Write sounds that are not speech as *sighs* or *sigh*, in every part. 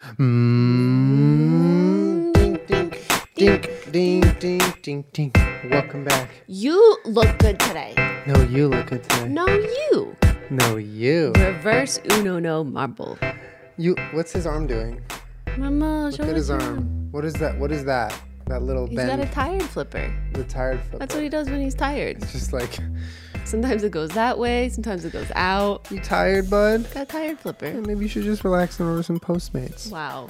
Hmm. Mm, ding, ding, ding, ding, ding, ding, ding. Welcome back. You look good today. No, you look good today. No, you. No, you. Reverse Uno no marble. You. What's his arm doing? Mama, Look at his arm. What is that? What is that? That little He's got bend. a tired flipper. the tired foot. That's what he does when he's tired. Just like, Sometimes it goes that way, sometimes it goes out. you tired, bud? Got a tired flipper. Maybe you should just relax and order some Postmates. Wow.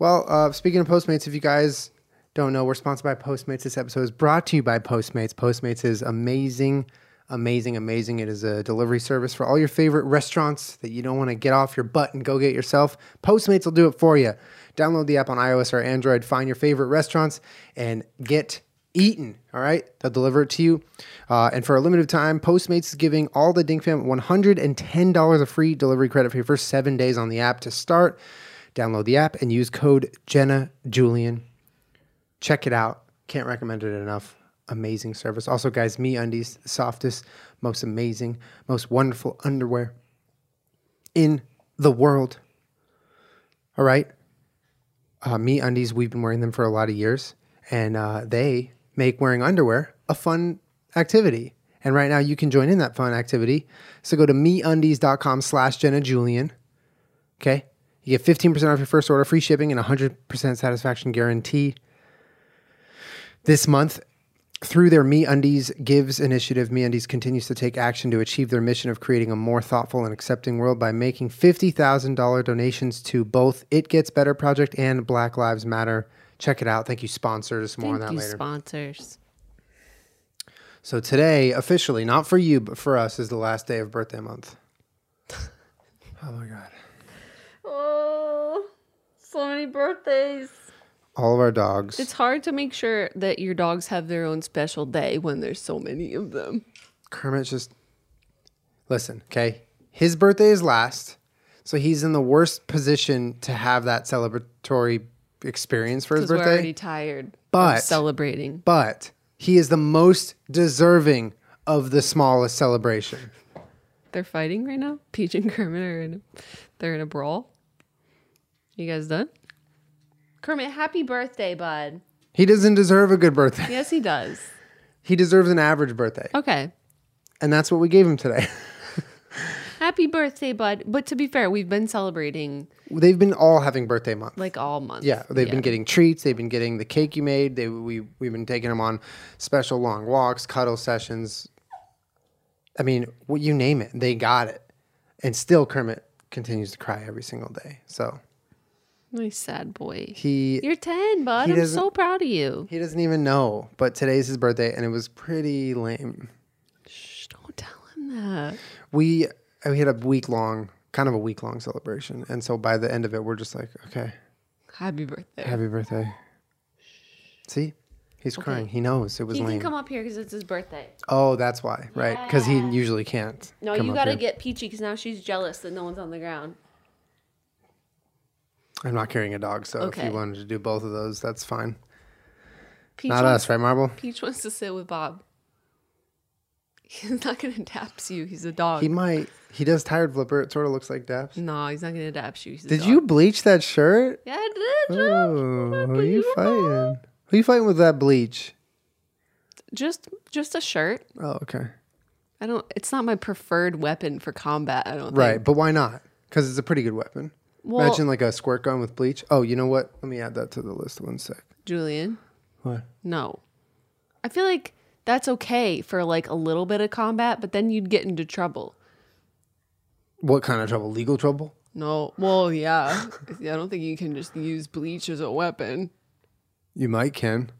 Well, uh, speaking of Postmates, if you guys don't know, we're sponsored by Postmates. This episode is brought to you by Postmates. Postmates is amazing, amazing, amazing. It is a delivery service for all your favorite restaurants that you don't want to get off your butt and go get yourself. Postmates will do it for you. Download the app on iOS or Android, find your favorite restaurants, and get eaten. All right, they'll deliver it to you. Uh, and for a limited time, Postmates is giving all the Dink Fam $110 of free delivery credit for your first seven days on the app to start. Download the app and use code Jenna Julian. Check it out. Can't recommend it enough. Amazing service. Also, guys, Me Undies, the softest, most amazing, most wonderful underwear in the world. All right. Uh, Me Undies, we've been wearing them for a lot of years, and uh, they make wearing underwear a fun activity. And right now, you can join in that fun activity. So go to meundies.com slash Jenna Julian. Okay. You get 15% off your first order, free shipping, and 100% satisfaction guarantee. This month, through their Me Undies Gives initiative, Me Undies continues to take action to achieve their mission of creating a more thoughtful and accepting world by making $50,000 donations to both It Gets Better Project and Black Lives Matter. Check it out. Thank you, sponsors. More on Thank that you, later. sponsors. so today, officially, not for you, but for us, is the last day of birthday *laughs* month. oh my God. Oh, so many birthdays. All of our dogs. It's hard to make sure that your dogs have their own special day when there's so many of them. Kermit's just listen, okay? His birthday is last, so he's in the worst position to have that celebratory experience for his Because we're birthday. already tired. But- of celebrating. but he is the most deserving of the smallest celebration. They're fighting right now. *laughs* Peach and Kermit are in they're in a brawl. You guys done? Kermit, happy birthday, bud. He doesn't deserve a good birthday. Yes, he does. He deserves an average birthday. Okay. And that's what we gave him today. *laughs* Happy birthday, bud. But to be fair, we've been celebrating They've been all having birthday month. like all month. Yeah, they've been getting treats. They've been getting the cake you made. They we we've been taking them on special long walks, cuddle sessions. I mean, wh- you name it, they got it, and still Kermit continues to cry every single day. So Nice sad boy. he You're 10, bud. He I'm doesn't- so proud of you. he doesn't even know. But today's his birthday, and it was pretty lame. Shh, don't tell him that. We we had a week long, kind of a week long celebration, and so by the end of it, we're just like, okay, Happy birthday. happy birthday. See, he's crying. He knows it was he lame. can come up here because it's his birthday. Oh, that's why, right? Because he usually can't. No, come you up got to here. get Peachy because now she's jealous that no one's on the ground. I'm not carrying a dog, so if Okay. you wanted to do both of those, that's fine. Peach Not wants, us, right, Marble? Peach wants to sit with Bob. *laughs* He's not going to daps you. He's a dog. He might. He does tired flipper. It sort of looks like Daps. no, he's not going to daps you. He's a Did Oh. dog. you bleach that shirt? Yeah, I did. Ooh, who are you you fighting? Who you fighting with that bleach? Just, just a shirt. Oh, okay. I don't. It's not my preferred weapon for combat. I don't. Right, Think. but why not? Because it's a pretty good weapon. Well- Imagine like a squirt gun with bleach. Oh, you know what? Let me add that to the list one sec. Julian. What? No. I feel like that's okay for like a little bit of combat, but then you'd get into trouble. What kind of trouble? Legal trouble? No. Well, yeah. *laughs* I don't think you can just use bleach as a weapon. You might can.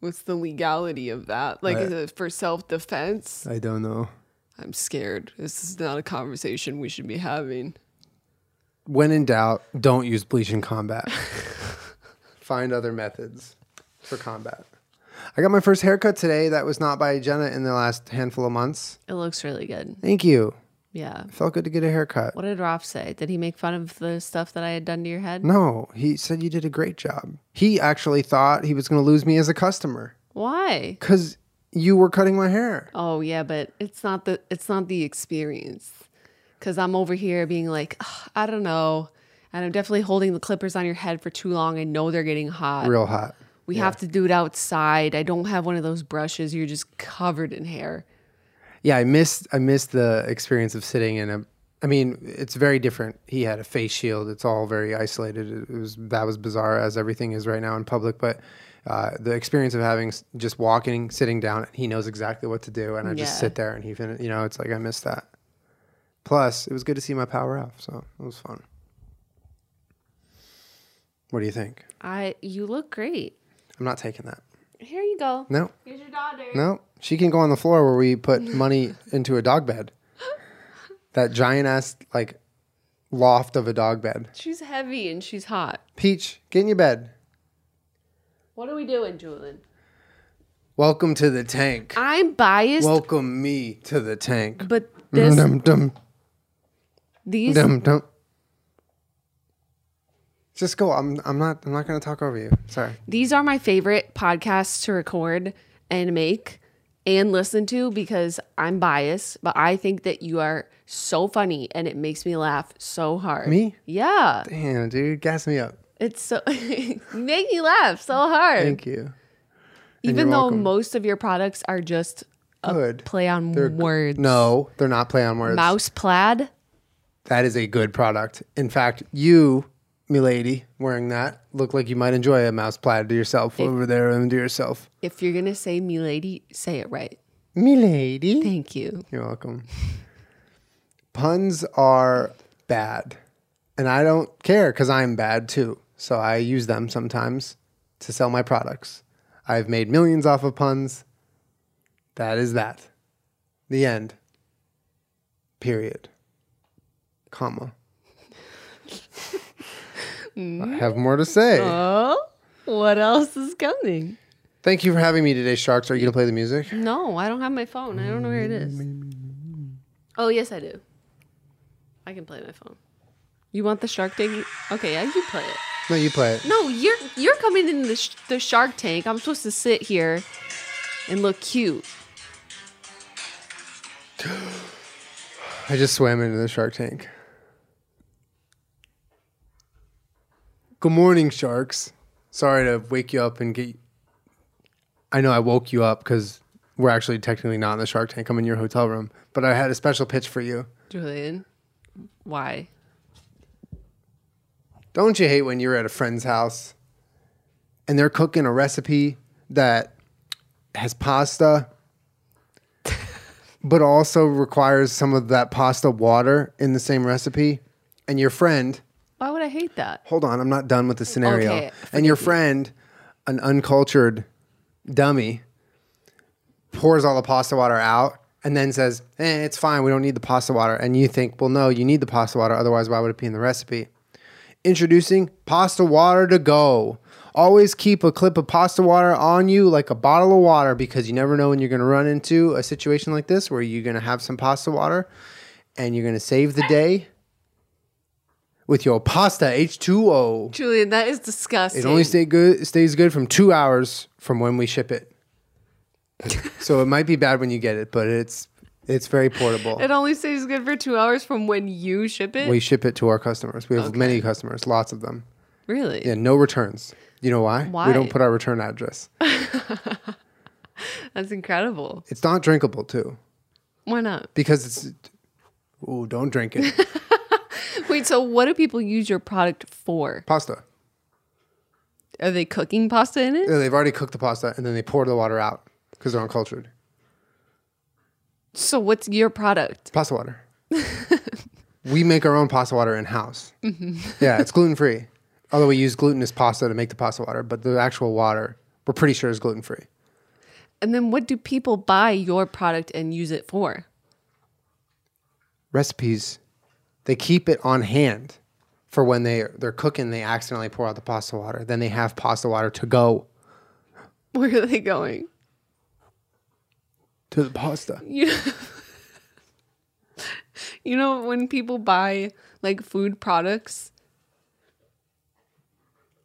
What's the legality of that? Like, is it for self defense? I don't know. I'm scared. This is not a conversation we should be having. when in doubt, don't use bleach in combat. *laughs* Find other methods for combat. I got my first haircut today that was not by Jenna in the last handful of months. It looks really good. Thank you. Yeah. Felt good to get a haircut. What did Roth say? Did he make fun of the stuff that I had done to your head? No, he said you did a great job. He actually thought he was going to lose me as a customer Why? because you were cutting my hair. Oh yeah, but it's not the it's not the experience. Cause I'm over here being like, "Ugh, I don't know. And I'm definitely holding the clippers on your head for too long. I know they're getting hot. Real hot. We have to do it outside. I don't have one of those brushes. You're just covered in hair. Yeah, I missed I missed the experience of sitting in a. I mean, it's very different. He had a face shield. It's all very isolated. It was that was bizarre as everything is right now in public. But uh, the experience of having s- just walking, sitting down, he knows exactly what to do, and I just Yeah. sit there and he fin- You know, it's like I missed that. Plus, it was good to see my power off, so it was fun. What do you think? I you look great. I'm not taking that. Here you go. No, Here's your daughter. no, she can go on the floor where we put money into a dog bed. That giant ass like loft of a dog bed. She's heavy and she's hot. Peach, get in your bed. What are we doing, Julian? Welcome to the tank. I'm biased, Welcome me to the tank. but this Dum dum these dum dum. Just go. I'm I'm not I'm not gonna talk over you. Sorry. these are my favorite podcasts to record and make and listen to because I'm biased, but I think that you are so funny and it makes me laugh so hard. Me? Yeah. Damn, dude, gas me up. It's so *laughs* you make me laugh so hard. Thank you. Even you're though welcome. most of your products are just Good. play on words. No, they're not play on words. Mouse plaid. That is a good product. In fact, you, milady, wearing that, look like you might enjoy a mouse plaid to yourself over there and to yourself. If you're gonna say me lady, say it right. Milady. Thank you. You're welcome. Puns are bad. And I don't care because I'm bad too. So I use them sometimes to sell my products. I've made millions off of puns. That is that. The end. Period. Comma. I have more to say. Oh, what else is coming? Thank you for having me today, Sharks. Are you going to play the music? No, I don't have my phone. I don't know where it is. Oh yes, I do. I can play my phone. You want the Shark Tank? Okay, yeah, you play it. No, you play it. No, you're you're coming in the sh- the Shark Tank. I'm supposed to sit here and look cute. I just swam into the shark tank. Good morning, sharks. Sorry to wake you up and get. I know I woke you up because we're actually technically not in the shark tank. I'm in your hotel room, but I had a special pitch for you. Julian, why? Don't you hate when you're at a friend's house and they're cooking a recipe that has pasta, *laughs* but also requires some of that pasta water in the same recipe? And your friend Why would I hate that? hold on, I'm not done with the scenario. Okay, and your friend, an uncultured dummy, pours all the pasta water out and then says, eh, it's fine, we don't need the pasta water. And you think, well, no, you need the pasta water, otherwise, why would it be in the recipe? Introducing pasta water to go. Always keep a clip of pasta water on you like a bottle of water because you never know when you're going to run into a situation like this where you're going to have some pasta water and you're going to save the day with your pasta H2O. Julian, that is disgusting. It only stay good stays good from two hours from when we ship it. so it might be bad when you get it, but it's it's very portable. It only stays good for two hours from when you ship it. we ship it to our customers. We have many customers, lots of them. really? Yeah, no returns. You know why? Why? We don't put our return address. That's incredible. It's not drinkable too. Why not? Because it's Ooh, don't drink it. *laughs* Wait, so what do people use your product for? pasta. Are they cooking pasta in it? Yeah, They've already cooked the pasta and then they pour the water out because they're uncultured. So what's your product? Pasta water. we make our own pasta water in house. Mm-hmm. Yeah, it's gluten free. Although we use glutinous pasta to make the pasta water, but the actual water we're pretty sure is gluten free. And then what do people buy your product and use it for? *laughs* Recipes, they keep it on hand for when they they're cooking. They accidentally pour out the pasta water. Then they have pasta water to go Where are they going? to the pasta. You know, you know when people buy like food products,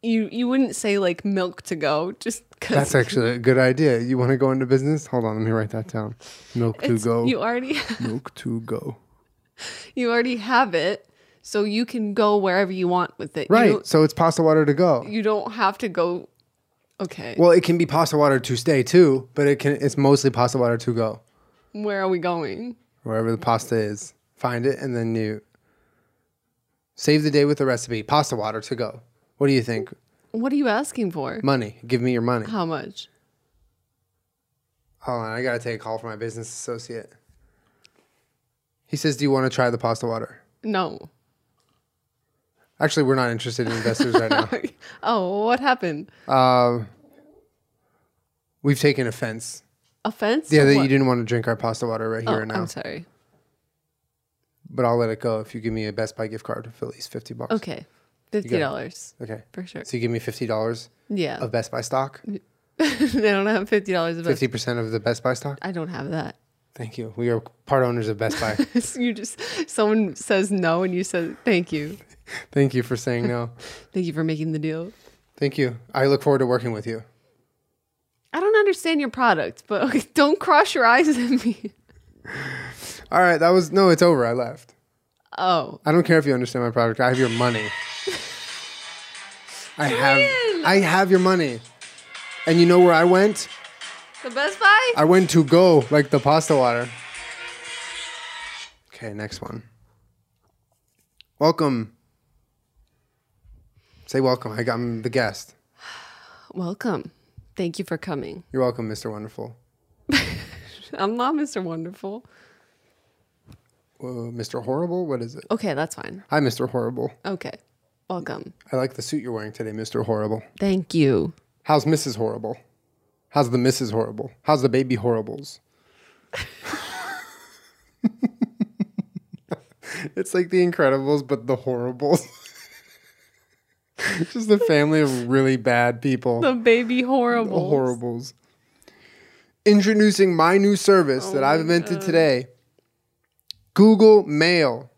you you wouldn't say like milk to go just because That's actually a good idea. You want to go into business? Hold on, let me write that down. Milk to go. *laughs* you already *laughs* Milk to go. you already have it. So you can go wherever you want with it. You Right. don't- so it's pasta water to go. You don't have to go. Okay. Well, it can be pasta water to stay too, but it can it's mostly pasta water to go. Where are we going? Wherever the pasta is, find it and then you save the day with the recipe. Pasta water to go. What do you think? What are you asking for? Money. Give me your money. How much? Hold on, I gotta take a call from my business associate. He says, Do you wanna try the pasta water? No. *laughs* Actually, we're not interested in investors right now. oh, what happened? *laughs* We've taken offense. Offense? Yeah, or that what? you didn't want to drink our pasta water right here Oh, and now. I'm sorry. But I'll let it go if you give me a Best Buy gift card for at least fifty bucks. Okay. Fifty dollars Okay. for sure. So you give me fifty dollars Yeah. *laughs* of Best Buy stock, I don't have fifty dollars of fifty percent of the Best Buy stock. I don't have that. *laughs* Thank you. We are part owners of Best Buy. you just someone says no and you said thank you. Thank you for saying no. Thank you for making the deal. Thank you. I look forward to working with you. I don't understand your product, but *laughs* okay, don't cross your eyes at me. *laughs* All right, that was no. It's over. I left. Oh, I don't care if you understand my product. I have your money. I have. Julian! I have your money. And you know where I went? the Best Buy? I went to go like the pasta water. Okay, next one. Welcome. Say welcome. I got, I'm the guest. Welcome. Thank you for coming. *laughs* You're welcome, Mr. Wonderful. I'm not Mr. Wonderful. Whoa, Mr. Horrible? What is it? Okay, that's fine. Hi, Mr. Horrible. Okay. Welcome. I like the suit you're wearing today, Mr. Horrible. Thank you. How's Mrs. Horrible? How's the Mrs. Horrible? How's the baby Horribles? *laughs* it's like the Incredibles, but the Horribles. *laughs* Just a family of really bad people. The baby The horrible. Horribles. Introducing my new service that I've invented today Google Mail.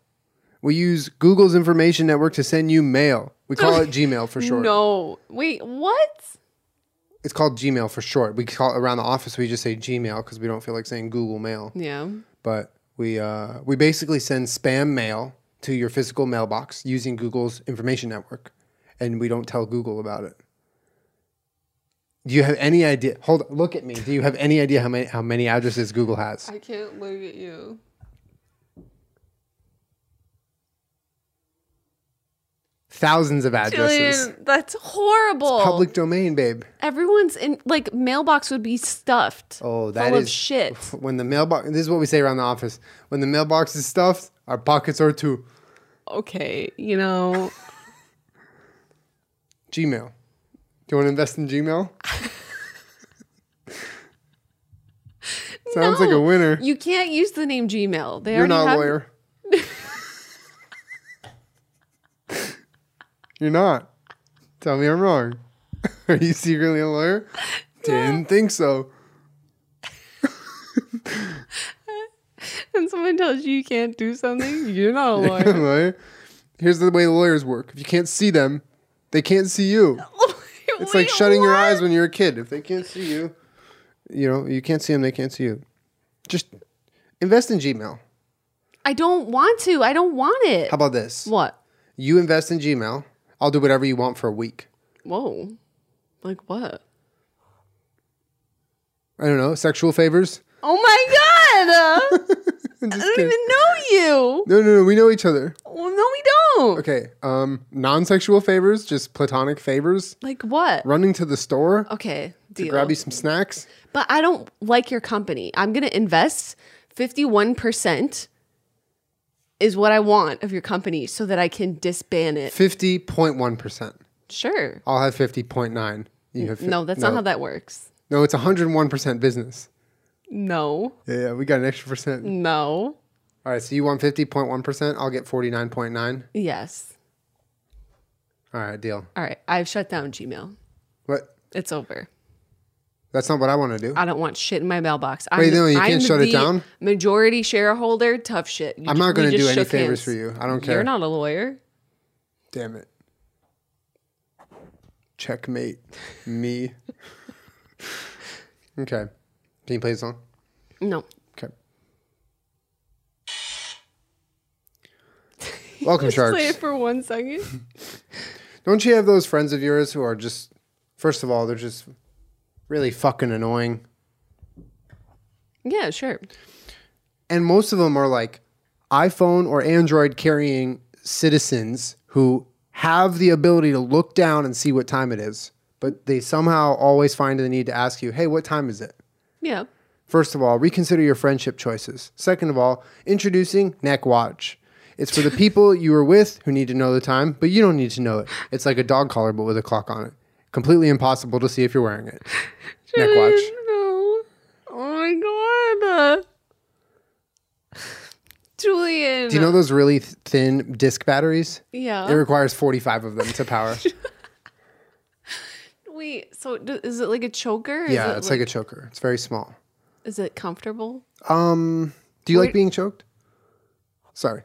We use Google's information network to send you mail. We call it Gmail for short. No. Wait, what? It's called Gmail for short. We call around the office. We just say Gmail because we don't feel like saying Google Mail. Yeah. But we uh, we basically send spam mail to your physical mailbox using Google's information network, and we don't tell Google about it. Do you have any idea? Hold, look at me. Do you have any idea how many how many addresses Google has? I can't look at you. Thousands of addresses. Julian, that's horrible. Public domain, babe. Everyone's in like mailbox would be stuffed. Oh, that full is- of shit. When the mailbox, this is what we say around the office. When the mailbox is stuffed, our pockets are too. Okay, you *laughs* know. Gmail. Do you want to invest in *laughs* Gmail? Sounds like a No, winner. You can't use the name Gmail. They You're already not a have- lawyer. You're not. Tell me I'm wrong. *laughs* Are you secretly a *laughs* lawyer? Didn't think so. When *laughs* someone tells you you can't do something, *laughs* you're not a lawyer. Lawyer. Here's the way lawyers work. If you can't see them, they can't see you. It's *laughs* like shutting your eyes when you're a kid. If they can't see you, you know, you can't see them, they can't see you. Just invest in Gmail. I don't want to. I don't want it. How about this? what? You invest in Gmail. I'll do whatever you want for a week. Whoa. Like what? I don't know, sexual favors? *laughs* Oh my god! I'm just I don't kidding. even know you. No, no, no, we know each other. Well, no, we don't. Okay, um, non sexual favors, just platonic favors. Like what? Running to the store Okay, to deal. grab you some snacks. But I don't like your company. I'm going to invest 51% is what I want of your company so that I can disband it. 50.1%. Sure. I'll have 509 You have fif- No, that's not how that works. No, it's 101% business. No. Yeah, yeah, we got an extra percent. No. All right, so you want 50.1%, I'll get 49.9. Yes. All right, deal. All right. I've shut down Gmail. What? It's over. That's not what I want to do. I don't want shit in my mailbox. I'm, Wait, no, you I'm can't shut it the down? Majority shareholder, tough shit. You I'm ju- not we going to just do any shook favors hands. for you. I don't care. You're not a lawyer. Damn it. Checkmate. Me. *laughs* okay. Can you play the song? *laughs* No. Okay. Welcome, sharks. Play it for one second. Don't you have those friends of yours who are just, first of all, they're just really fucking annoying, Yeah, sure. and most of them are like iPhone or Android carrying citizens who have the ability to look down and see what time it is, but they somehow always find the need to ask you, "Hey, what time is it?" Yeah. First of all, reconsider your friendship choices. Second of all, introducing neck watch. It's for the people you were with who need to know the time, but you don't need to know it. It's like a dog collar but with a clock on it. Completely impossible to see if you're wearing it. Neck watch. No. Oh my god. Julian. Do you know those really th- thin disc batteries? yeah. It requires 45 of them to power. Wait. So do, is it like a choker? Is Yeah, it it's like a choker. It's very small. Is it comfortable? Um, do you Wait. like being choked? Sorry.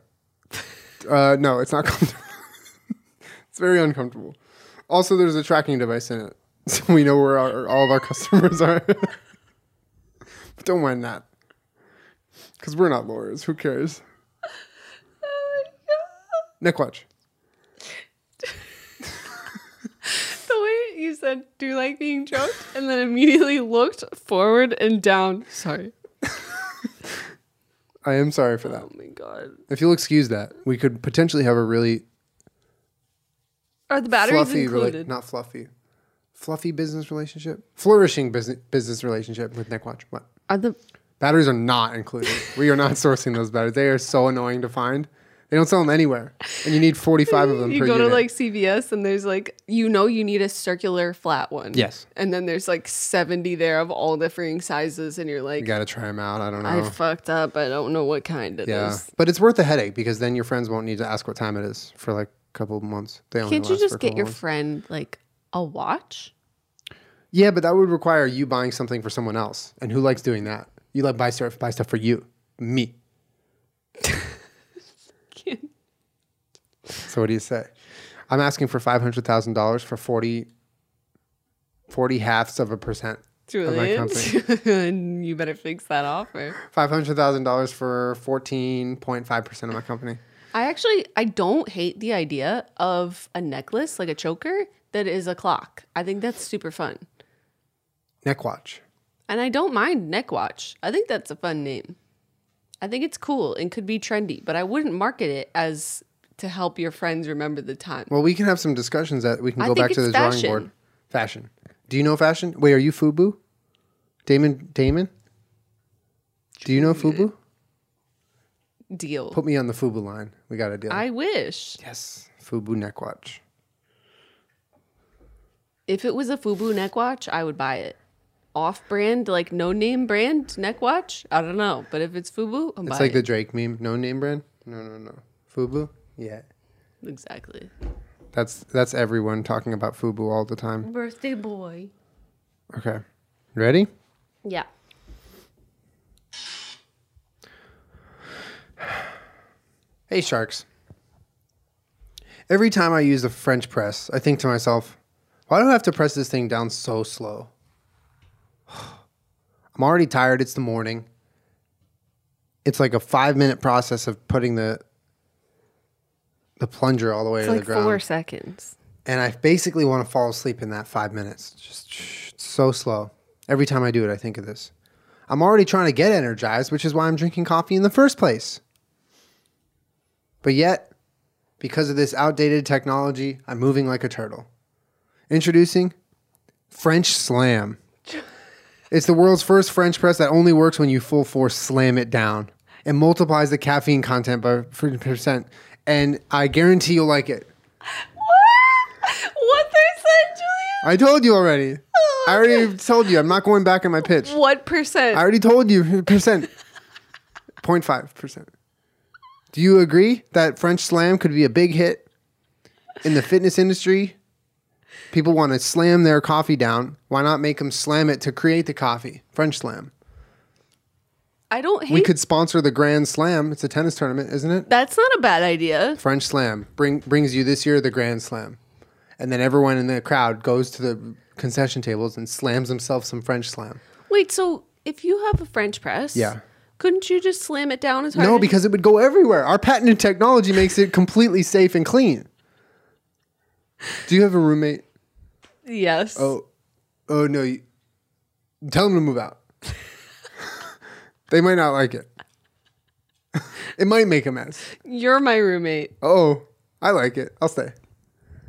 Uh, no, it's not comfortable. *laughs* it's very uncomfortable. Also, there's a tracking device in it, *laughs* so we know where our, all of our customers are. *laughs* but don't mind that, because we're not lawyers. Who cares? Neck watch. The way you said, "Do you like being choked?" and then immediately looked forward and down. Sorry. I am sorry for that. Oh my god. If you'll excuse that, we could potentially have a really Are the batteries fluffy, rela- included? not fluffy, fluffy business relationship, flourishing business business relationship with Neck Watch. What? Are the Batteries are not included. we are not *laughs* sourcing those batteries. They are so annoying to find. They don't sell them anywhere, and you need forty-five of them *laughs* you per go unit. to like CVS and there's like you know you need a circular flat one. Yes. And then there's like 70 there of all differing sizes and you're you like got to try them out. I don't know. I fucked up. I don't know what kind it Oh. yeah, is. but it's worth the headache because then your friends won't need to ask what time it is for like a couple of months. They only Can't you last for a just get couple your months. friend like a watch? yeah, but that would require you buying something for someone else, and who likes doing that? You like buy stuff, buy stuff for you, me. Can't- So what do you say? I'm asking for five hundred thousand dollars for 40, 40 halves of a percent. of my Julian, company. *laughs* you better fix that offer. Five hundred thousand dollars for fourteen point five percent of my company. I actually I don't hate the idea of a necklace like a choker that is a clock. I think that's super fun. Neck watch. And I don't mind neck watch. I think that's a fun name. I think it's cool and could be trendy, but I wouldn't market it as to help your friends remember the time. Well, we can have some discussions that we can I go think back to it's the fashion. drawing board. Fashion. Do you know fashion? Wait, are you Fubu? Damon. Damon. Do you know Fubu? Deal. Put me on the Fubu line. We got a deal. I wish. yes. Fubu neck watch. If it was a Fubu neck watch, I would buy it. Off brand, like no name brand neck watch? I don't know. But if it's Fubu, I'm It's buying like the it. Drake meme. No name brand. No, no, no. Fubu. Yeah. Exactly. That's that's everyone talking about Fubu all the time. Birthday boy. Okay. Ready? Yeah. Hey sharks. Every time I use the French press, I think to myself, why do I have to press this thing down so slow? *sighs* I'm already tired, it's the morning. It's like a 5-minute process of putting the the plunger all the way It's to like the ground. four seconds. and I basically want to fall asleep in that five minutes. Just sh- so slow. Every time I do it, I think of this. I'm already trying to get energized, which is why I'm drinking coffee in the first place. But yet, because of this outdated technology, I'm moving like a turtle. Introducing French Slam. It's the world's first French press that only works when you full force slam it down and multiplies the caffeine content by 50%. And I guarantee you'll like it. What *laughs* percent, Julian? I told you already. I already told you. I'm not going back on my pitch. What percent? I already told you *laughs* percent. 0.5 percent. Do you agree that French slam could be a big hit in the fitness industry? People want to slam their coffee down. Why not make them slam it to create the coffee? French slam. I don't hate We could sponsor the Grand Slam. It's a tennis tournament, isn't it? that's not a bad idea. French Slam bring, brings you this year the Grand Slam. And then everyone in the crowd goes to the concession tables and slams themselves some French Slam. Wait, so if you have a French press, Yeah. Couldn't you just slam it down as hard? No, as- because it would go everywhere. Our patented technology makes it completely safe and clean. Do you have a roommate? yes. Oh, oh no! You, tell them to move out. *laughs* they might not like it. *laughs* it might make a mess. You're my roommate. Oh, I like it. I'll stay.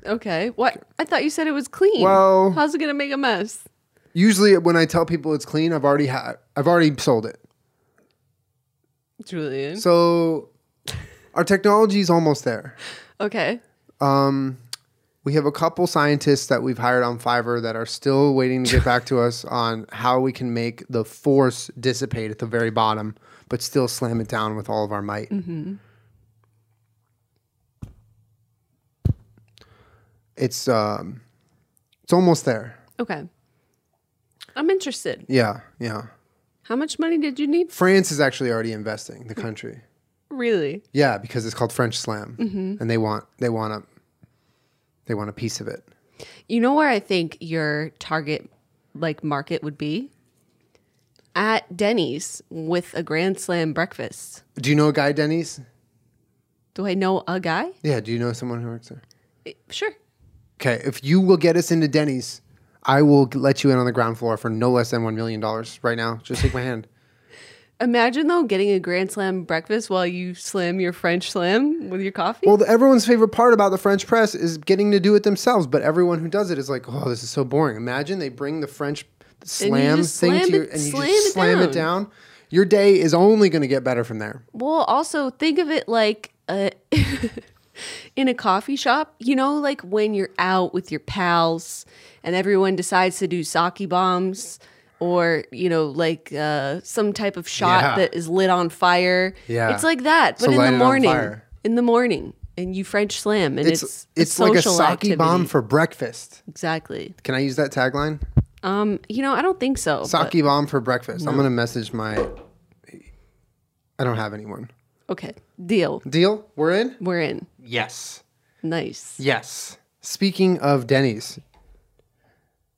Okay. What? I thought you said it was clean. Well- how's it gonna make a mess? Usually, when I tell people it's clean, I've already had, I've already sold it. Julian. So, our technology is almost there. okay. Um, we have a couple scientists that we've hired on Fiverr that are still waiting to get back to us on how we can make the force dissipate at the very bottom, but still slam it down with all of our might. It's um, it's almost there. Okay. I'm interested. Yeah, yeah. How much money did you need? France is actually already investing the country. Really? Yeah, because it's called French Slam, and they want they want a they want a piece of it. You know where I think your target like market would be? At Denny's with a Grand Slam breakfast. Do you know a guy Denny's? Do I know a guy? Yeah. Do you know someone who works there? Eh, Sure. Okay, if you will get us into Denny's, I will g- let you in on the ground floor for no less than one million dollars right now. Just take my hand. Imagine though getting a Grand Slam breakfast while you slam your French slam with your coffee. *laughs* Well, the, everyone's favorite part about the French press is getting to do it themselves, but everyone who does it is like, "Oh, this is so boring." Imagine they bring the French slam just thing slam to your it- and you slam just it slam it down. down. Your day is only going to get better from there. Well, also think of it like a *laughs* in a coffee shop, you know, like when you're out with your pals and everyone decides to do sake bombs or, you know, like uh, some type of shot Yeah. that is lit on fire. Yeah. It's like that, but So in light the it on morning. fire. In the morning. And you French slam and It's it's it's, like a social sake activity. bomb for breakfast. Exactly. Can I use that tagline? Um, you know, I don't think so. but- Sake bomb for breakfast. I'm going to message my. I don't have anyone. okay. Deal. Deal. We're in. We're in. Yes. Nice. Yes. Speaking of Denny's,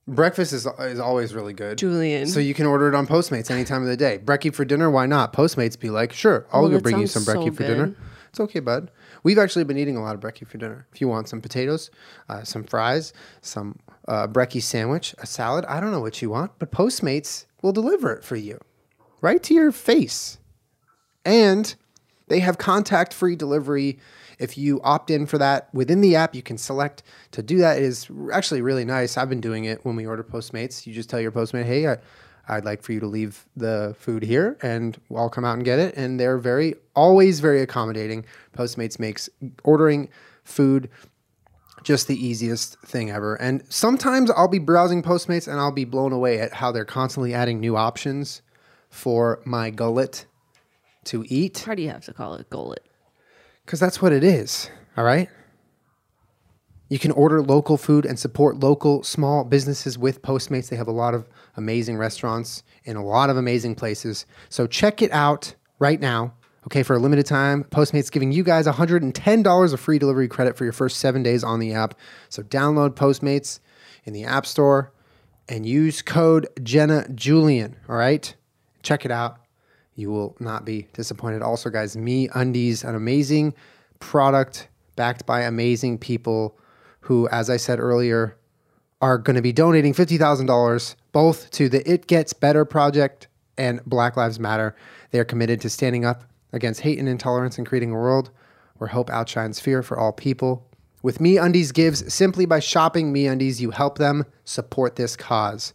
breakfast is is always really good. Julian. So you can order it on Postmates any time of the day. Brekkie for dinner, why not? Postmates be like, sure, I'll Well, go that bring you some sounds brekkie so for good. dinner. It's okay, bud. We've actually been eating a lot of brekkie for dinner. If you want some potatoes, uh, some fries, some uh, brekkie sandwich, a salad, I don't know what you want, but Postmates will deliver it for you right to your face. And they have contact free delivery. If you opt in for that within the app, you can select to do that. It is actually really nice. I've been doing it when we order Postmates. You just tell your Postmate, hey, I, I'd like for you to leave the food here and I'll come out and get it. And they're very, always very accommodating. Postmates makes ordering food just the easiest thing ever. And sometimes I'll be browsing Postmates and I'll be blown away at how they're constantly adding new options for my gullet to eat How do you have to call it gullet? because that's what it is. All right. You can order local food and support local small businesses with Postmates. They have a lot of amazing restaurants in a lot of amazing places. So check it out right now. Okay, for a limited time, Postmates giving you guys $110 of free delivery credit for your first seven days on the app. So download Postmates in the App Store and use code Jenna Julian. All right, check it out. You will not be disappointed. Also, guys, Me Undies, an amazing product backed by amazing people who, as I said earlier, are going to be donating $50,000 both to the It Gets Better Project and Black Lives Matter. They are committed to standing up against hate and intolerance and creating a world where hope outshines fear for all people. With Me Undies Gives, simply by shopping Me Undies, you help them support this cause.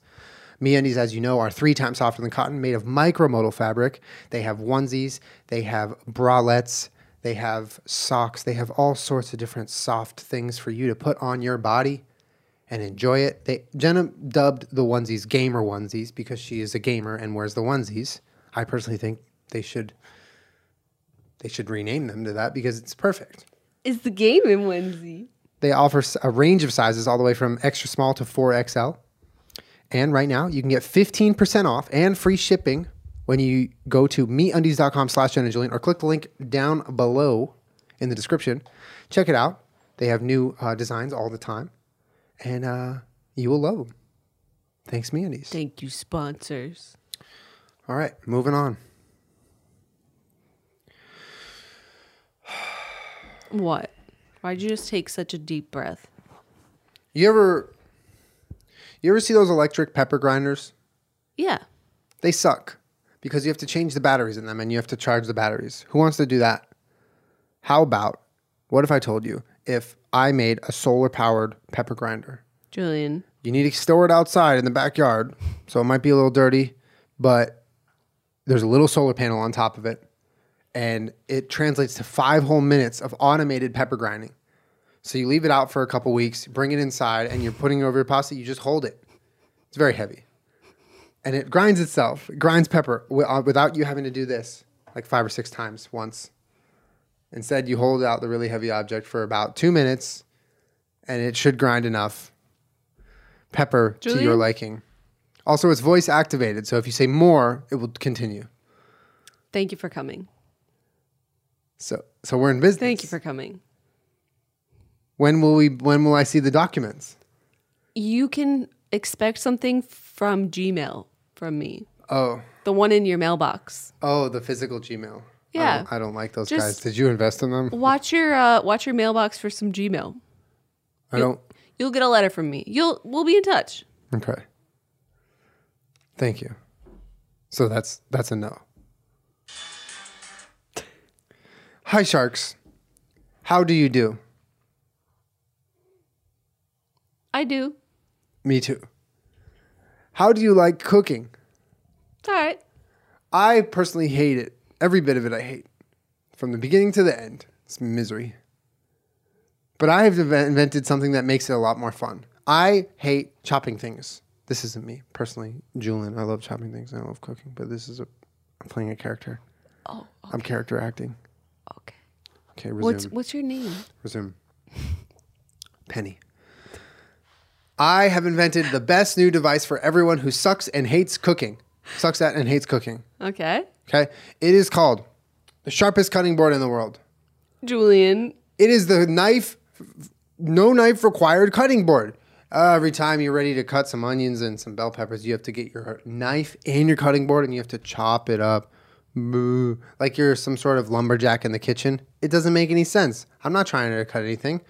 MeUndies, as you know, are three times softer than cotton, made of micromodal fabric. They have onesies, they have bralettes, they have socks, they have all sorts of different soft things for you to put on your body and enjoy it. They, Jenna dubbed the onesies gamer onesies because she is a gamer and wears the onesies. I personally think they should they should rename them to that because it's perfect. It's the game in onesie. They offer s- a range of sizes all the way from extra small to 4XL. And right now, you can get 15% off and free shipping when you go to meundies.com slash Jen and Julian or click the link down below in the description. Check it out. They have new uh, designs all the time. And uh, you will love them. Thanks, MeUndies. Thank you, sponsors. All right, moving on. What? Why'd you just take such a deep breath? You ever you ever see those electric pepper grinders? Yeah. They suck because you have to change the batteries in them and you have to charge the batteries. Who wants to do that? How about what if I told you if I made a solar powered pepper grinder? Julian, You need to store it outside in the backyard, so it might be a little dirty, but there's a little solar panel on top of it, and it translates to five whole minutes of automated pepper grinding. So you leave it out for a couple weeks, bring it inside, and you're putting it over your pasta. You just hold it. It's very heavy, and it grinds itself. It grinds pepper wi- uh, without you having to do this like five or six times once. Instead, you hold out the really heavy object for about two minutes, and it should grind enough pepper to your Julian? liking. Also, it's voice activated, so if you say more, it will continue. thank you for coming. So, so we're in business. Thank you for coming. When will we? When will I see the documents? You can expect something from Gmail from me, Oh, the one in your mailbox. oh, the physical Gmail. I Yeah. don't, I don't like those Just- guys. Did you invest in them? Watch your uh, watch your mailbox for some Gmail. I don't. You'll get a letter from me. You'll we'll be in touch. Okay. Thank you. So that's that's a no. Hi sharks. How do you do? I do. Me too. How do you like cooking? It's all right. I personally hate it. Every bit of it I hate. From the beginning to the end, it's misery. But I have inven- invented something that makes it a lot more fun. I hate chopping things. This isn't me personally, Julian. I love chopping things and I love cooking, but this is a I'm playing a character. Oh, I'm character acting. okay. Okay, resume. What's what's your name? resume. Penny. I have invented the best new device for everyone who sucks and hates cooking. Sucks at and hates cooking. Okay. Okay? It is called the sharpest cutting board in the world. Julian. It is the knife, no knife required cutting board. Every time you're ready to cut some onions and some bell peppers, you have to get your knife and your cutting board and you have to chop it up. Moo. Like you're some sort of lumberjack in the kitchen. It doesn't make any sense. I'm not trying to cut anything.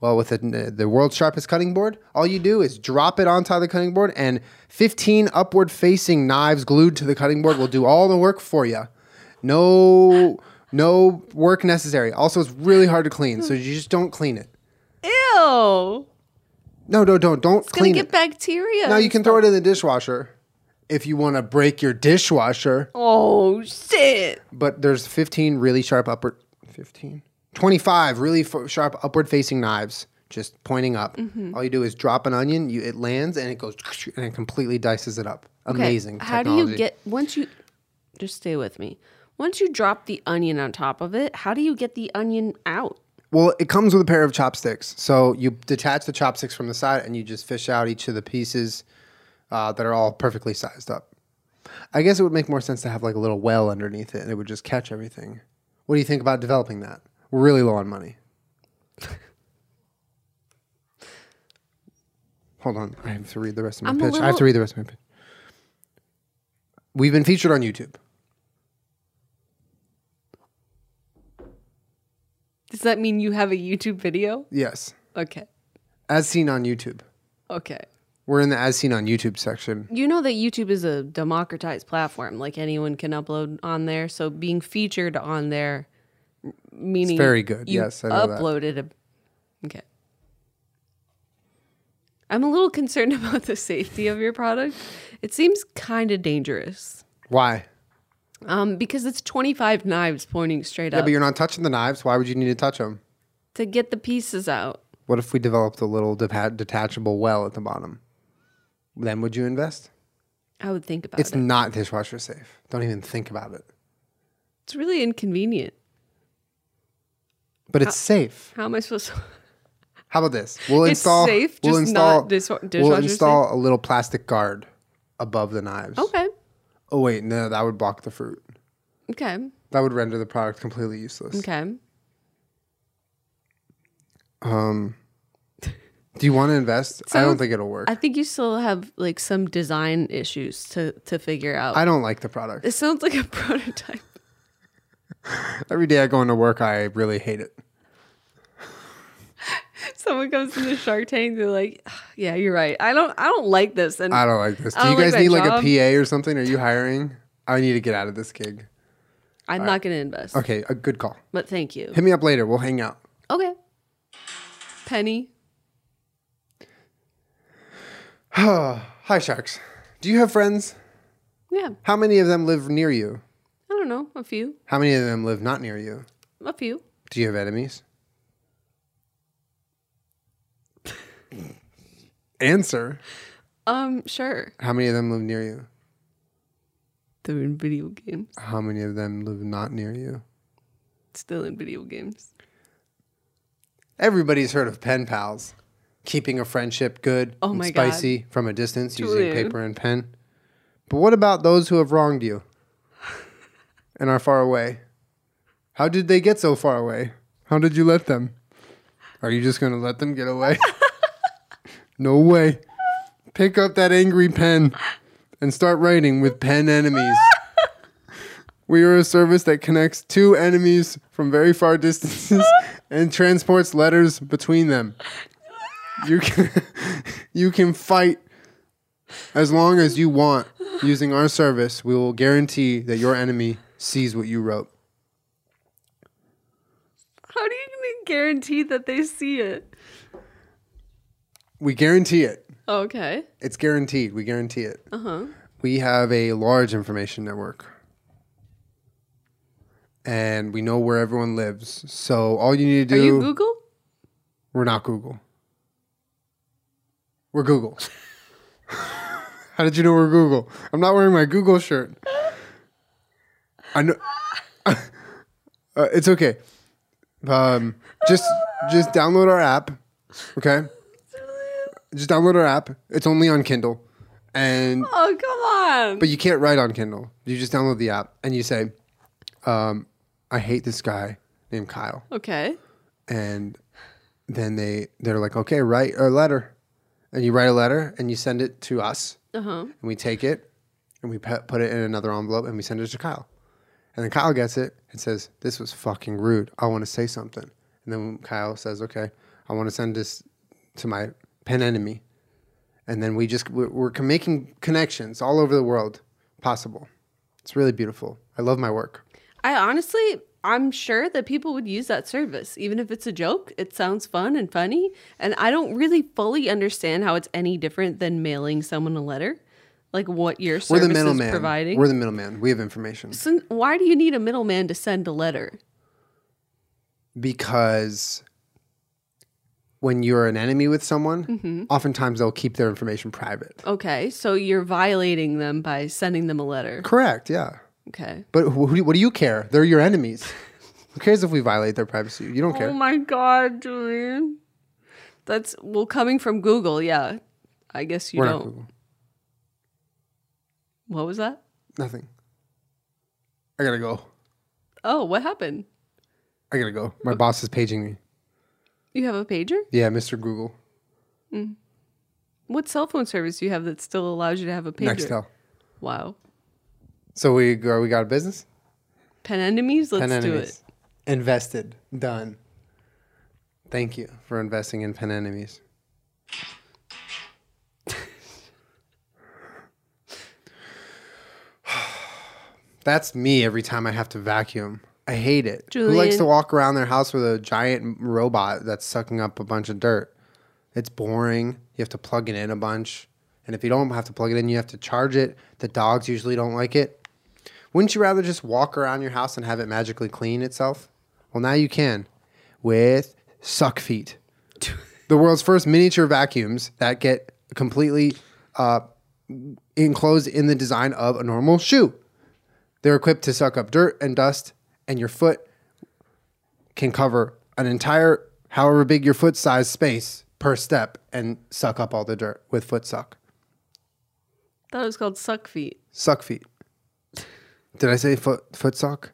Well, with the, the world's sharpest cutting board, all you do is drop it onto the cutting board, and 15 upward facing knives glued to the cutting board will do all the work for you. No, no work necessary. Also, it's really hard to clean, so you just don't clean it. Ew. No, no, don't, don't Gonna clean get it. bacteria. Now you can throw it in the dishwasher if you want to break your dishwasher. Oh shit. But there's 15 really sharp upward, 15, 25 really f- sharp upward facing knives just pointing up. Mm-hmm. All you do is drop an onion, you it lands and it goes and it completely dices it up. Okay, Amazing. How do technology. you get once you just stay with me? Once you drop the onion on top of it, how do you get the onion out? Well, it comes with a pair of chopsticks. So you detach the chopsticks from the side and you just fish out each of the pieces uh, that are all perfectly sized up. I guess it would make more sense to have like a little well underneath it and it would just catch everything. What do you think about developing that? We're really low on money. *laughs* Hold on. I have to read the rest of my I'm a pitch. I have to little- read the rest of my pitch. We've been featured on YouTube. Does that mean you have a YouTube video? Yes. Okay. As seen on YouTube. Okay. We're in the as seen on YouTube section. You know that YouTube is a democratized platform. Like anyone can upload on there. So being featured on there, meaning very good. you Yes, I know that. uploaded a. Okay. I'm a little concerned *laughs* about the safety of your product. It seems kind of dangerous. Why? Um, because it's 25 knives pointing straight Yeah, up but you're not touching the knives. Why would you need to touch them? to get the pieces out. What if we developed a little deta- detachable well at the bottom? Then would you invest? I would think about It's it. not dishwasher safe. Don't even think about it. It's really inconvenient. But it's safe. How am I supposed to? *laughs* How about this? We'll It's install. safe, we'll just install. not dis- we'll dishwasher install a little plastic guard above the knives. Okay. Oh wait, no, that would block the fruit. Okay. That would render the product completely useless. Okay. Do you want to invest? I Sounds- don't think it'll work. I think you still have like some design issues to to figure out. I don't like the product. it sounds like a *laughs* prototype. Every day I go into work, I really hate it. Someone comes to the Shark Tank, they're like, "Ah, "Yeah, you're right. I don't, I don't like this." *laughs* And I don't like this. Do I you don't like guys my need job. like a PA or something? Are you hiring? I need to get out of this gig. I'm not going to invest. Okay, a good call. But thank you. Hit me up later. We'll hang out. Okay. Penny. Hi, sharks. Do you have friends? Yeah. I How many of them live near you? don't know. A few. How many of them live not near you? A few. Do you have enemies? Answer. Um, sure. How many of them live near you? They're in video games. How many of them live not near you? Still in video games. Everybody's heard of pen pals. Keeping a friendship good Oh and my God. spicy from a distance using Julian. paper and pen. But what about those who have wronged you and are far away? How did they get so far away? How did you let them? Are you just going to let them get away? no way. Pick up that angry pen and start writing with pen enemies. We are a service that connects two enemies from very far distances and transports letters between them. You can, *laughs* you can fight as long as you want using our service. We will guarantee that your enemy sees what you wrote. How are you going to guarantee that they see it? We guarantee it. Okay. It's guaranteed. We guarantee it. Uh-huh. We have a large information network. And we know where everyone lives. So all you need to Are do you Google? We're not Google. We're Google. *laughs* How did you know we're Google? I'm not wearing my Google shirt. I know. *laughs* uh, it's okay. Um, just just download our app. Okay. Just download our app. It's only on Kindle, and Oh, come on. but you can't write on Kindle. You just download the app and you say, um, "I hate this guy named Kyle." okay. and then they they're like okay write a letter and you write a letter and you send it to us Uh huh. and we take it and we pe- put it in another envelope and we send it to kyle and then kyle gets it and says this was fucking rude i want to say something and then kyle says okay i want to send this to my pen enemy and then we just we're, we're making connections all over the world possible it's really beautiful i love my work I honestly, I'm sure that people would use that service, even if it's a joke. It sounds fun and funny, and I don't really fully understand how it's any different than mailing someone a letter, like what your we're the service is middleman providing. we're the middleman we have information Sin- why do you need a middleman to send a letter? because when you're an enemy with someone, Mm-hmm. oftentimes they'll keep their information private. Okay, so you're violating them by sending them a letter. Correct, yeah. Okay. But who, who, do- what do you care? They're your *laughs* enemies. who cares if we violate their privacy? You don't Oh care. my god, Julian. That's well coming from Google, yeah. I guess you We're not don't. Google. What was that? Nothing. I gotta go. Oh, what happened? I gotta go. Oh. My boss is paging me. You have a pager? Yeah, Mr. Google. What cell phone service do you have that still allows you to have a pager? Nextel. Wow. So we go, we got a business? Pen enemies? Let's Pen do enemies. Invested. Done. Thank you for investing in pen enemies. *sighs* That's me every time I have to vacuum. I hate it. Who likes to Julian. walk around their house with a giant robot that's sucking up a bunch of dirt? It's boring. You have to plug it in a bunch. And if you don't have to plug it in, you have to charge it. The dogs usually don't like it. Wouldn't you rather just walk around your house and have it magically clean itself? Well, now you can with Suck Feet, the world's first miniature vacuums that get completely uh, enclosed in the design of a normal shoe. They're equipped to suck up dirt and dust, and your foot can cover an entire, however big your foot size space per step, and suck up all the dirt with foot suck. it. That was called Suck Feet. Suck feet. Did I say foot foot sock?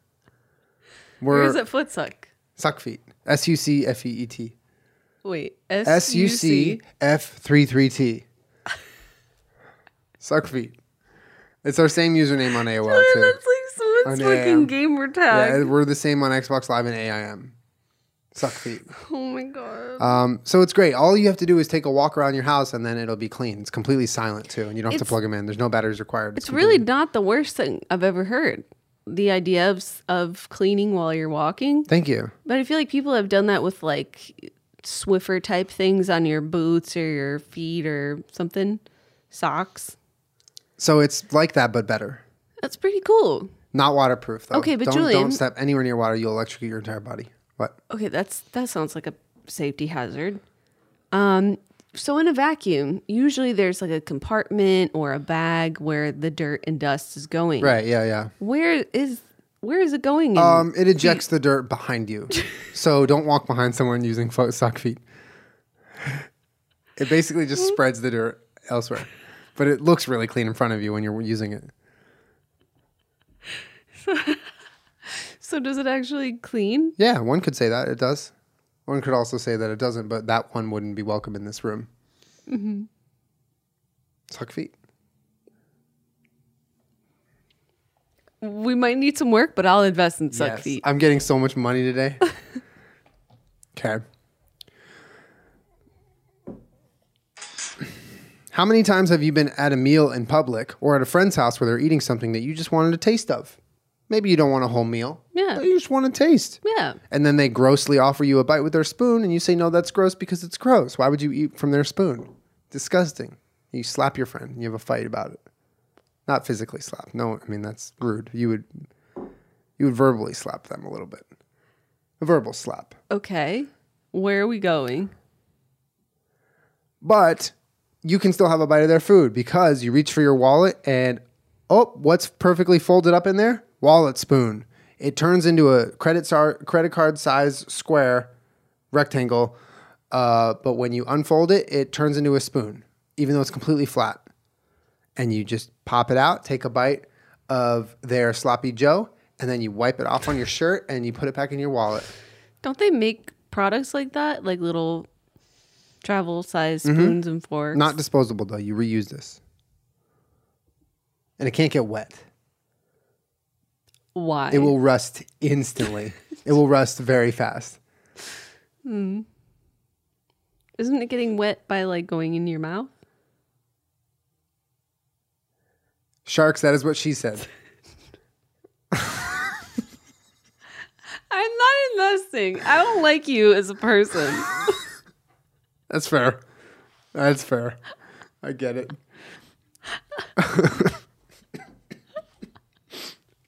Or We're is it Foot Suck? suck feet. S U C F E E T. Wait. S U C F three three *laughs* T. Suck feet. It's our same username on AOL That's too. like someone's On AM. fucking gamer tag. Yeah, we're the same on Xbox Live and AIM. Suck feet. Oh my god. Um, so it's great. All you have to do is take a walk around your house, and then it'll be clean. It's completely silent too, and you don't have to plug them in. There's no batteries required. It's really not the worst thing I've ever heard. The idea of s- of cleaning while you're walking. Thank you. But I feel like people have done that with like Swiffer type things on your boots or your feet or something, socks. So it's like that, but better. That's pretty cool. Not waterproof though. Okay, but don't, Julian- don't step anywhere near water. You'll electrocute your entire body. What? Okay, that's that sounds like a safety hazard. Um, so in a vacuum, usually there's like a compartment or a bag where the dirt and dust is going. Right. Yeah. Yeah. Where is where is it going? in- Um, it ejects the dirt behind *laughs* you, so don't walk behind someone using fo- sock feet. It basically just spreads the dirt elsewhere, but it looks really clean in front of you when you're using it. so does it actually clean? Yeah, one could say that it does. One could also say that it doesn't, but that one wouldn't be welcome in this room. Mm-hmm. Sock feet. We might need some work, but I'll invest in suck Yes. feet. I'm getting so much money *laughs* today. okay. How many times have you been at a meal in public or at a friend's house where they're eating something that you just wanted a taste of? Maybe you don't want a whole meal. Yeah. but You just want a taste. Yeah. And then they grossly offer you a bite with their spoon and you say, no, that's gross because it's gross. Why would you eat from their spoon? Disgusting. You slap your friend and you have a fight about it. Not physically slap. No, I mean, that's rude. You would, you would verbally slap them a little bit. A verbal slap. Okay. Where are we going? But you can still have a bite of their food because you reach for your wallet and oh, what's perfectly folded up in there? Wallet spoon. It turns into a credit sar- credit card size square rectangle, uh, but when you unfold it, it turns into a spoon, even though it's completely flat. And you just pop it out, take a bite of their sloppy Joe, and then you wipe it off on your shirt and you put it back in your wallet. Don't they make products like that? Like little travel size spoons and forks? Mm-hmm. Not disposable though. You reuse this, and it can't get wet. Why? It will rust instantly. it will rust very fast. Isn't it getting wet by like going in your mouth? Sharks. That is what she said. I'm not investing. I don't like you as *laughs* a person. That's fair. That's fair. I get it.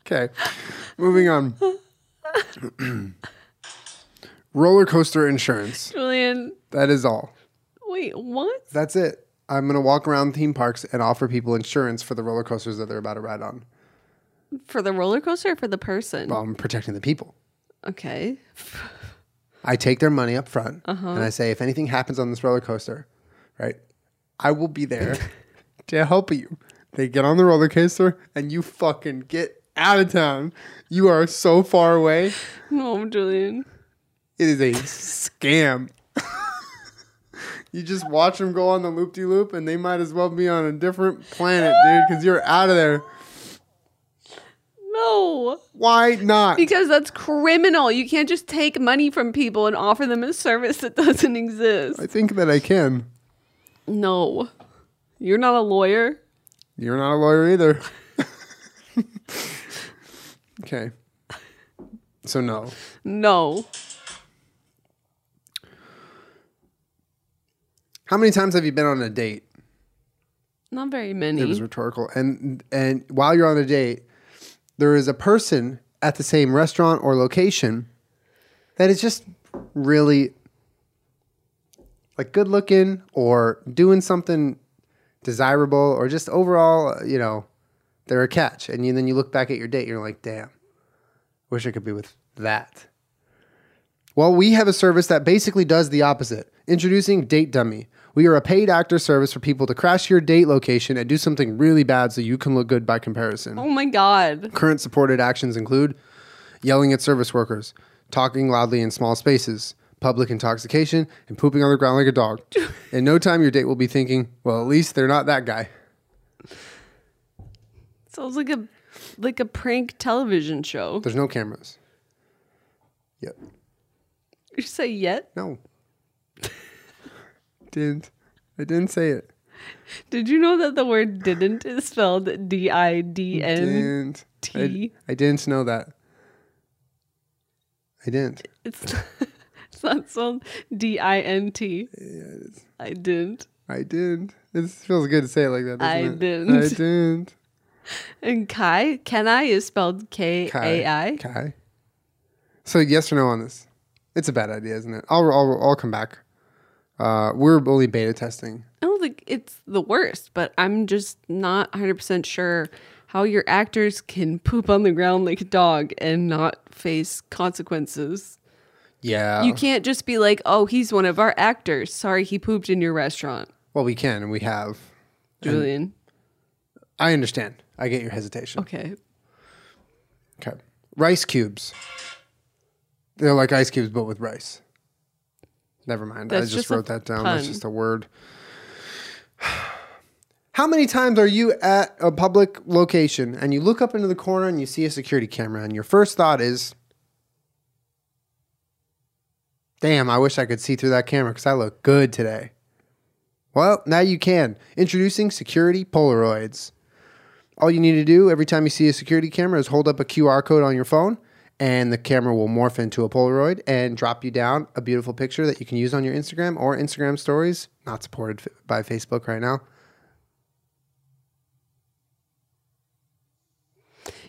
okay. Moving on. Roller coaster insurance. Julian, That is all. wait, what? That's it. I'm going to walk around theme parks and offer people insurance for the roller coasters that they're about to ride on. For the roller coaster or for the person? Well, I'm protecting the people. Okay. *laughs* I take their money up front and I say, if anything happens on this roller coaster, right, I will be there to help you. They get on the roller coaster and you fucking get out of town. You are so far away. No, Julian. It is a scam. *laughs* you just watch them go on the loop de loop and they might as well be on a different planet, dude, because you're out of there. No. Why not? Because that's criminal. You can't just take money from people and offer them a service that *laughs* doesn't exist. I think that I can. No. You're not a lawyer. You're not a lawyer either. okay. So no. No. How many times have you been on a date? Not very It was many. rhetorical. And and while you're on a date, there is a person at the same restaurant or location that is just really like good looking or doing something desirable or just overall, uh, you know, they're a catch. And you, then you look back at your date, you're like, damn, wish I could be with that. Well, we have a service that basically does the opposite. Introducing Date Dummy. We are a paid actor service for people to crash your date location and do something really bad so you can look good by comparison. Oh my God. Current supported actions include yelling at service workers, talking loudly in small spaces, public intoxication, and pooping on the ground like a dog. in no time, your date will be thinking, well, at least they're not that guy. Sounds like a like a prank television show. There's no cameras. Yep. you say yet? *laughs* No. didn't. I didn't say it. Did you know that the word didn't is spelled D I D N Didn't. I, T? I didn't know that. I didn't. It's *laughs* it's not spelled D I N T. I didn't. I didn't. It feels good to say it like that. I doesn't it? didn't. I didn't. And Kai, can I is spelled K A I. Kai. So yes or no on this? It's a bad idea, isn't it? I'll I'll, I'll come back. Uh, we're only beta testing. I don't think it's the worst, but I'm just not 100% sure how your actors can poop on the ground like a dog and not face consequences. Yeah. You can't just be like, oh, he's one of our actors. Sorry, he pooped in your restaurant, well, we can and we have. Julian. I understand. I get your hesitation. Okay. Okay. Rice cubes. They're like ice cubes, but with rice. Never mind. I That's just, just a wrote that down. That's pun. just a word. *sighs* How many times are you at a public location and you look up into the corner and you see a security camera and your first thought is, damn, I wish I could see through that camera because I look good today. Well, now you can. Introducing security Polaroids. All you need to do every time you see a security camera is hold up a QR code on your phone, and the camera will morph into a Polaroid and drop you down a beautiful picture that you can use on your Instagram or Instagram stories. Not supported f- by Facebook right now.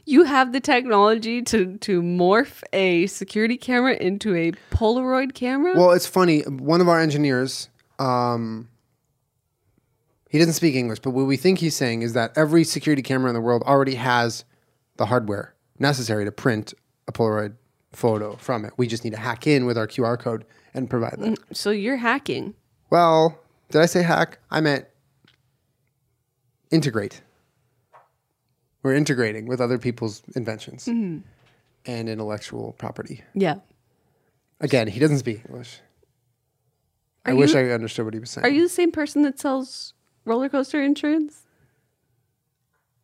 You have the technology to, to morph a security camera into a Polaroid camera? Well, it's funny. One of our engineers, um, he doesn't speak English, but what we think he's saying is that every security camera in the world already has the hardware necessary to print a Polaroid photo from it. We just need to hack in with our QR code and provide that. so you're hacking. Well, did I say hack? I meant integrate. We're integrating with other people's inventions Mm-hmm. and intellectual property. Yeah. Again, he doesn't speak English. I Are wish you- I understood what he was saying. Are you the same person that sells roller coaster insurance?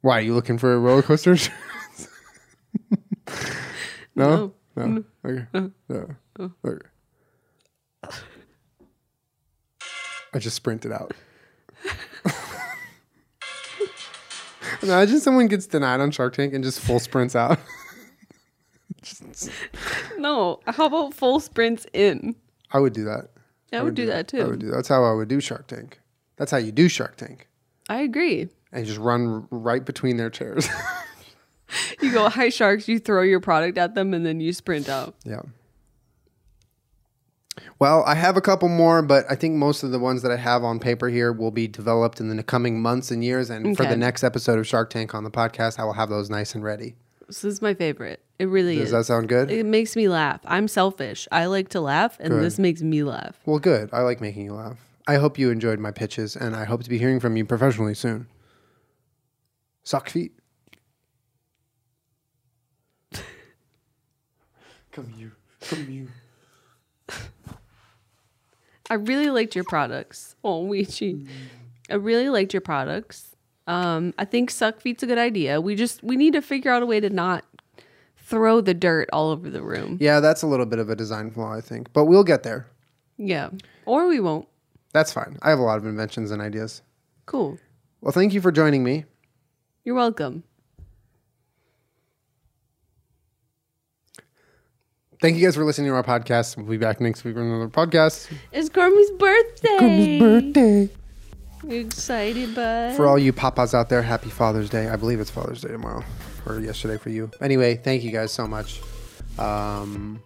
Why are you looking for a roller coaster? insurance? no? no, Okay. No. Okay. I just sprinted out. Imagine someone gets denied on Shark Tank and just full sprints out. No. How about full sprints in? I would do that. I, would, do that, I too. would do. That's how I would do Shark Tank. That's how you do Shark Tank. I agree. And just run r- right between their chairs. *laughs* You go hi sharks, you throw your product at them, and then you sprint out. Yeah. Well, I have a couple more, but I think most of the ones that I have on paper here will be developed in the coming months and years. And for Okay. the next episode of Shark Tank on the podcast, I will have those nice and ready. This is my favorite. It really Does is. that sound good? it makes me laugh. I'm selfish. I like to laugh, and Good. this makes me laugh. well, good. I like making you laugh. I hope you enjoyed my pitches, and I hope to be hearing from you professionally soon. Sock feet. come you, come you. I really liked your products. Oh, *laughs* Weechi. I really liked your products. Um, I think suck feet's a good idea. We just we need to figure out a way to not throw the dirt all over the room. Yeah, that's a little bit of a design flaw, I think, but we'll get there. Yeah. Or we won't. That's fine. I have a lot of inventions and ideas. Cool. Well, thank you for joining me. You're welcome. Thank you guys for listening to our podcast. We'll be back next week with another podcast. It's Gormy's birthday. birthday. You excited, bud? For all you papas out there, happy Father's Day. I believe it's Father's Day tomorrow or yesterday for you. Anyway, thank you guys so much. Um,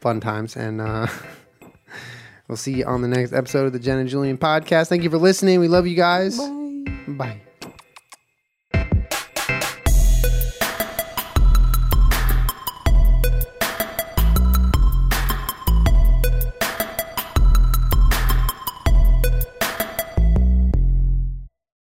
fun times. And uh, *laughs* we'll see you on the next episode of the Jen and Julian podcast. Thank you for listening. We love you guys. Bye.